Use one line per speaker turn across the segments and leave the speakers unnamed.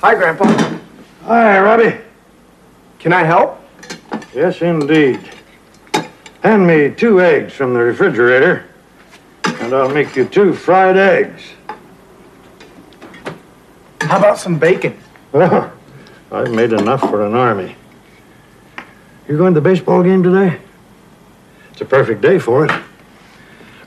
Hi, Grandpa.
Hi, Robbie.
Can I help?
Yes, indeed. Hand me two eggs from the refrigerator, and I'll make you two fried eggs.
How about some bacon?
Well, I've made enough for an army. You going to the baseball game today? It's a perfect day for it. A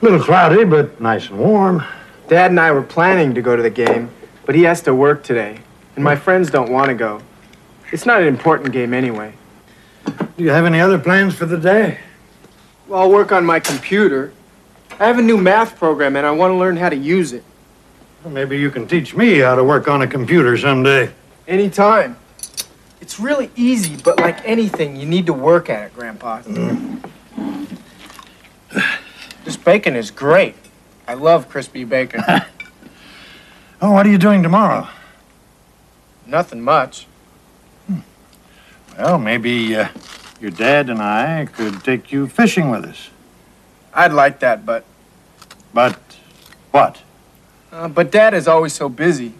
little cloudy, but nice and warm.
Dad and I were planning to go to the game, but he has to work today, and my friends don't want to go. It's not an important game anyway.
Do you have any other plans for the day?
Well, I'll work on my computer. I have a new math program, and I want to learn how to use it.
Maybe you can teach me how to work on a computer someday.
Anytime. It's really easy, but like anything, you need to work at it, Grandpa. This bacon is great. I love crispy bacon.
Oh, what are you doing tomorrow?
Nothing much.
Well, maybe uh, your dad and I could take you fishing with us.
I'd like that, but
But what?
uh, but Dad is always so busy.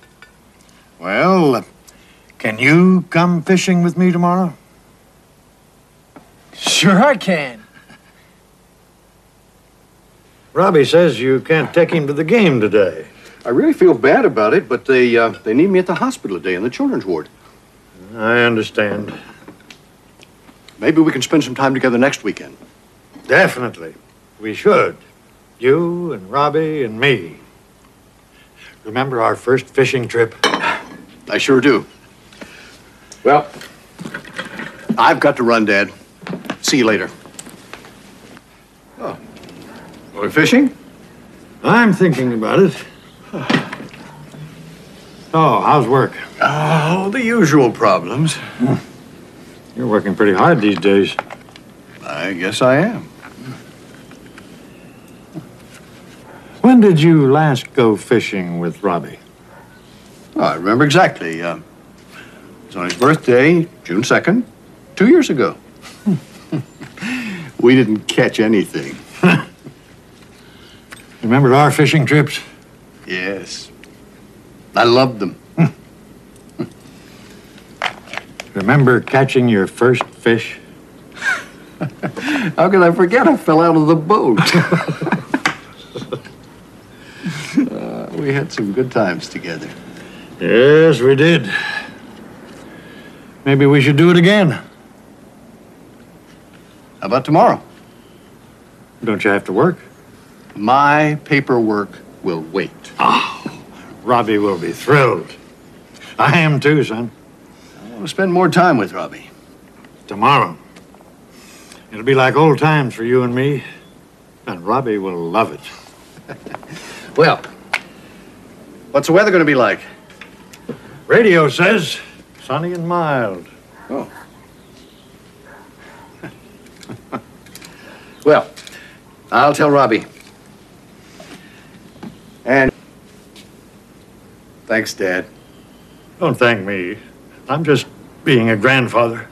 Well, can you come fishing with me tomorrow?
Sure, I can.
Robbie says you can't take him to the game today.
I really feel bad about it, but they uh, they need me at the hospital today in the children's ward.
I understand.
Maybe we can spend some time together next weekend.
Definitely. We should. You and Robbie and me. Remember our first fishing trip?
I sure do.
Well,
I've got to run, Dad. See you later. Oh, we're fishing?
I'm thinking about it. Oh, how's work?
Oh, the usual problems.
You're working pretty hard these days.
I guess I am.
When did you last go fishing with Robbie?
Oh, I remember exactly. Uh, it's on his birthday, June second, two years ago. we didn't catch anything.
Remember our fishing trips?
Yes, I loved them.
Remember catching your first fish?
How could I forget? I fell out of the boat. Uh, we had some good times together.
Yes, we did. Maybe we should do it again.
How about tomorrow?
Don't you have to work?
My paperwork will wait.
Robbie will be thrilled. I am too, son.
I want to spend more time with Robbie.
Tomorrow. It'll be like old times for you and me. And Robbie will love it.
Well, what's the weather going to be like?
Radio says sunny and mild.
Oh. well, I'll tell Robbie. And thanks, Dad.
Don't thank me. I'm just being a grandfather.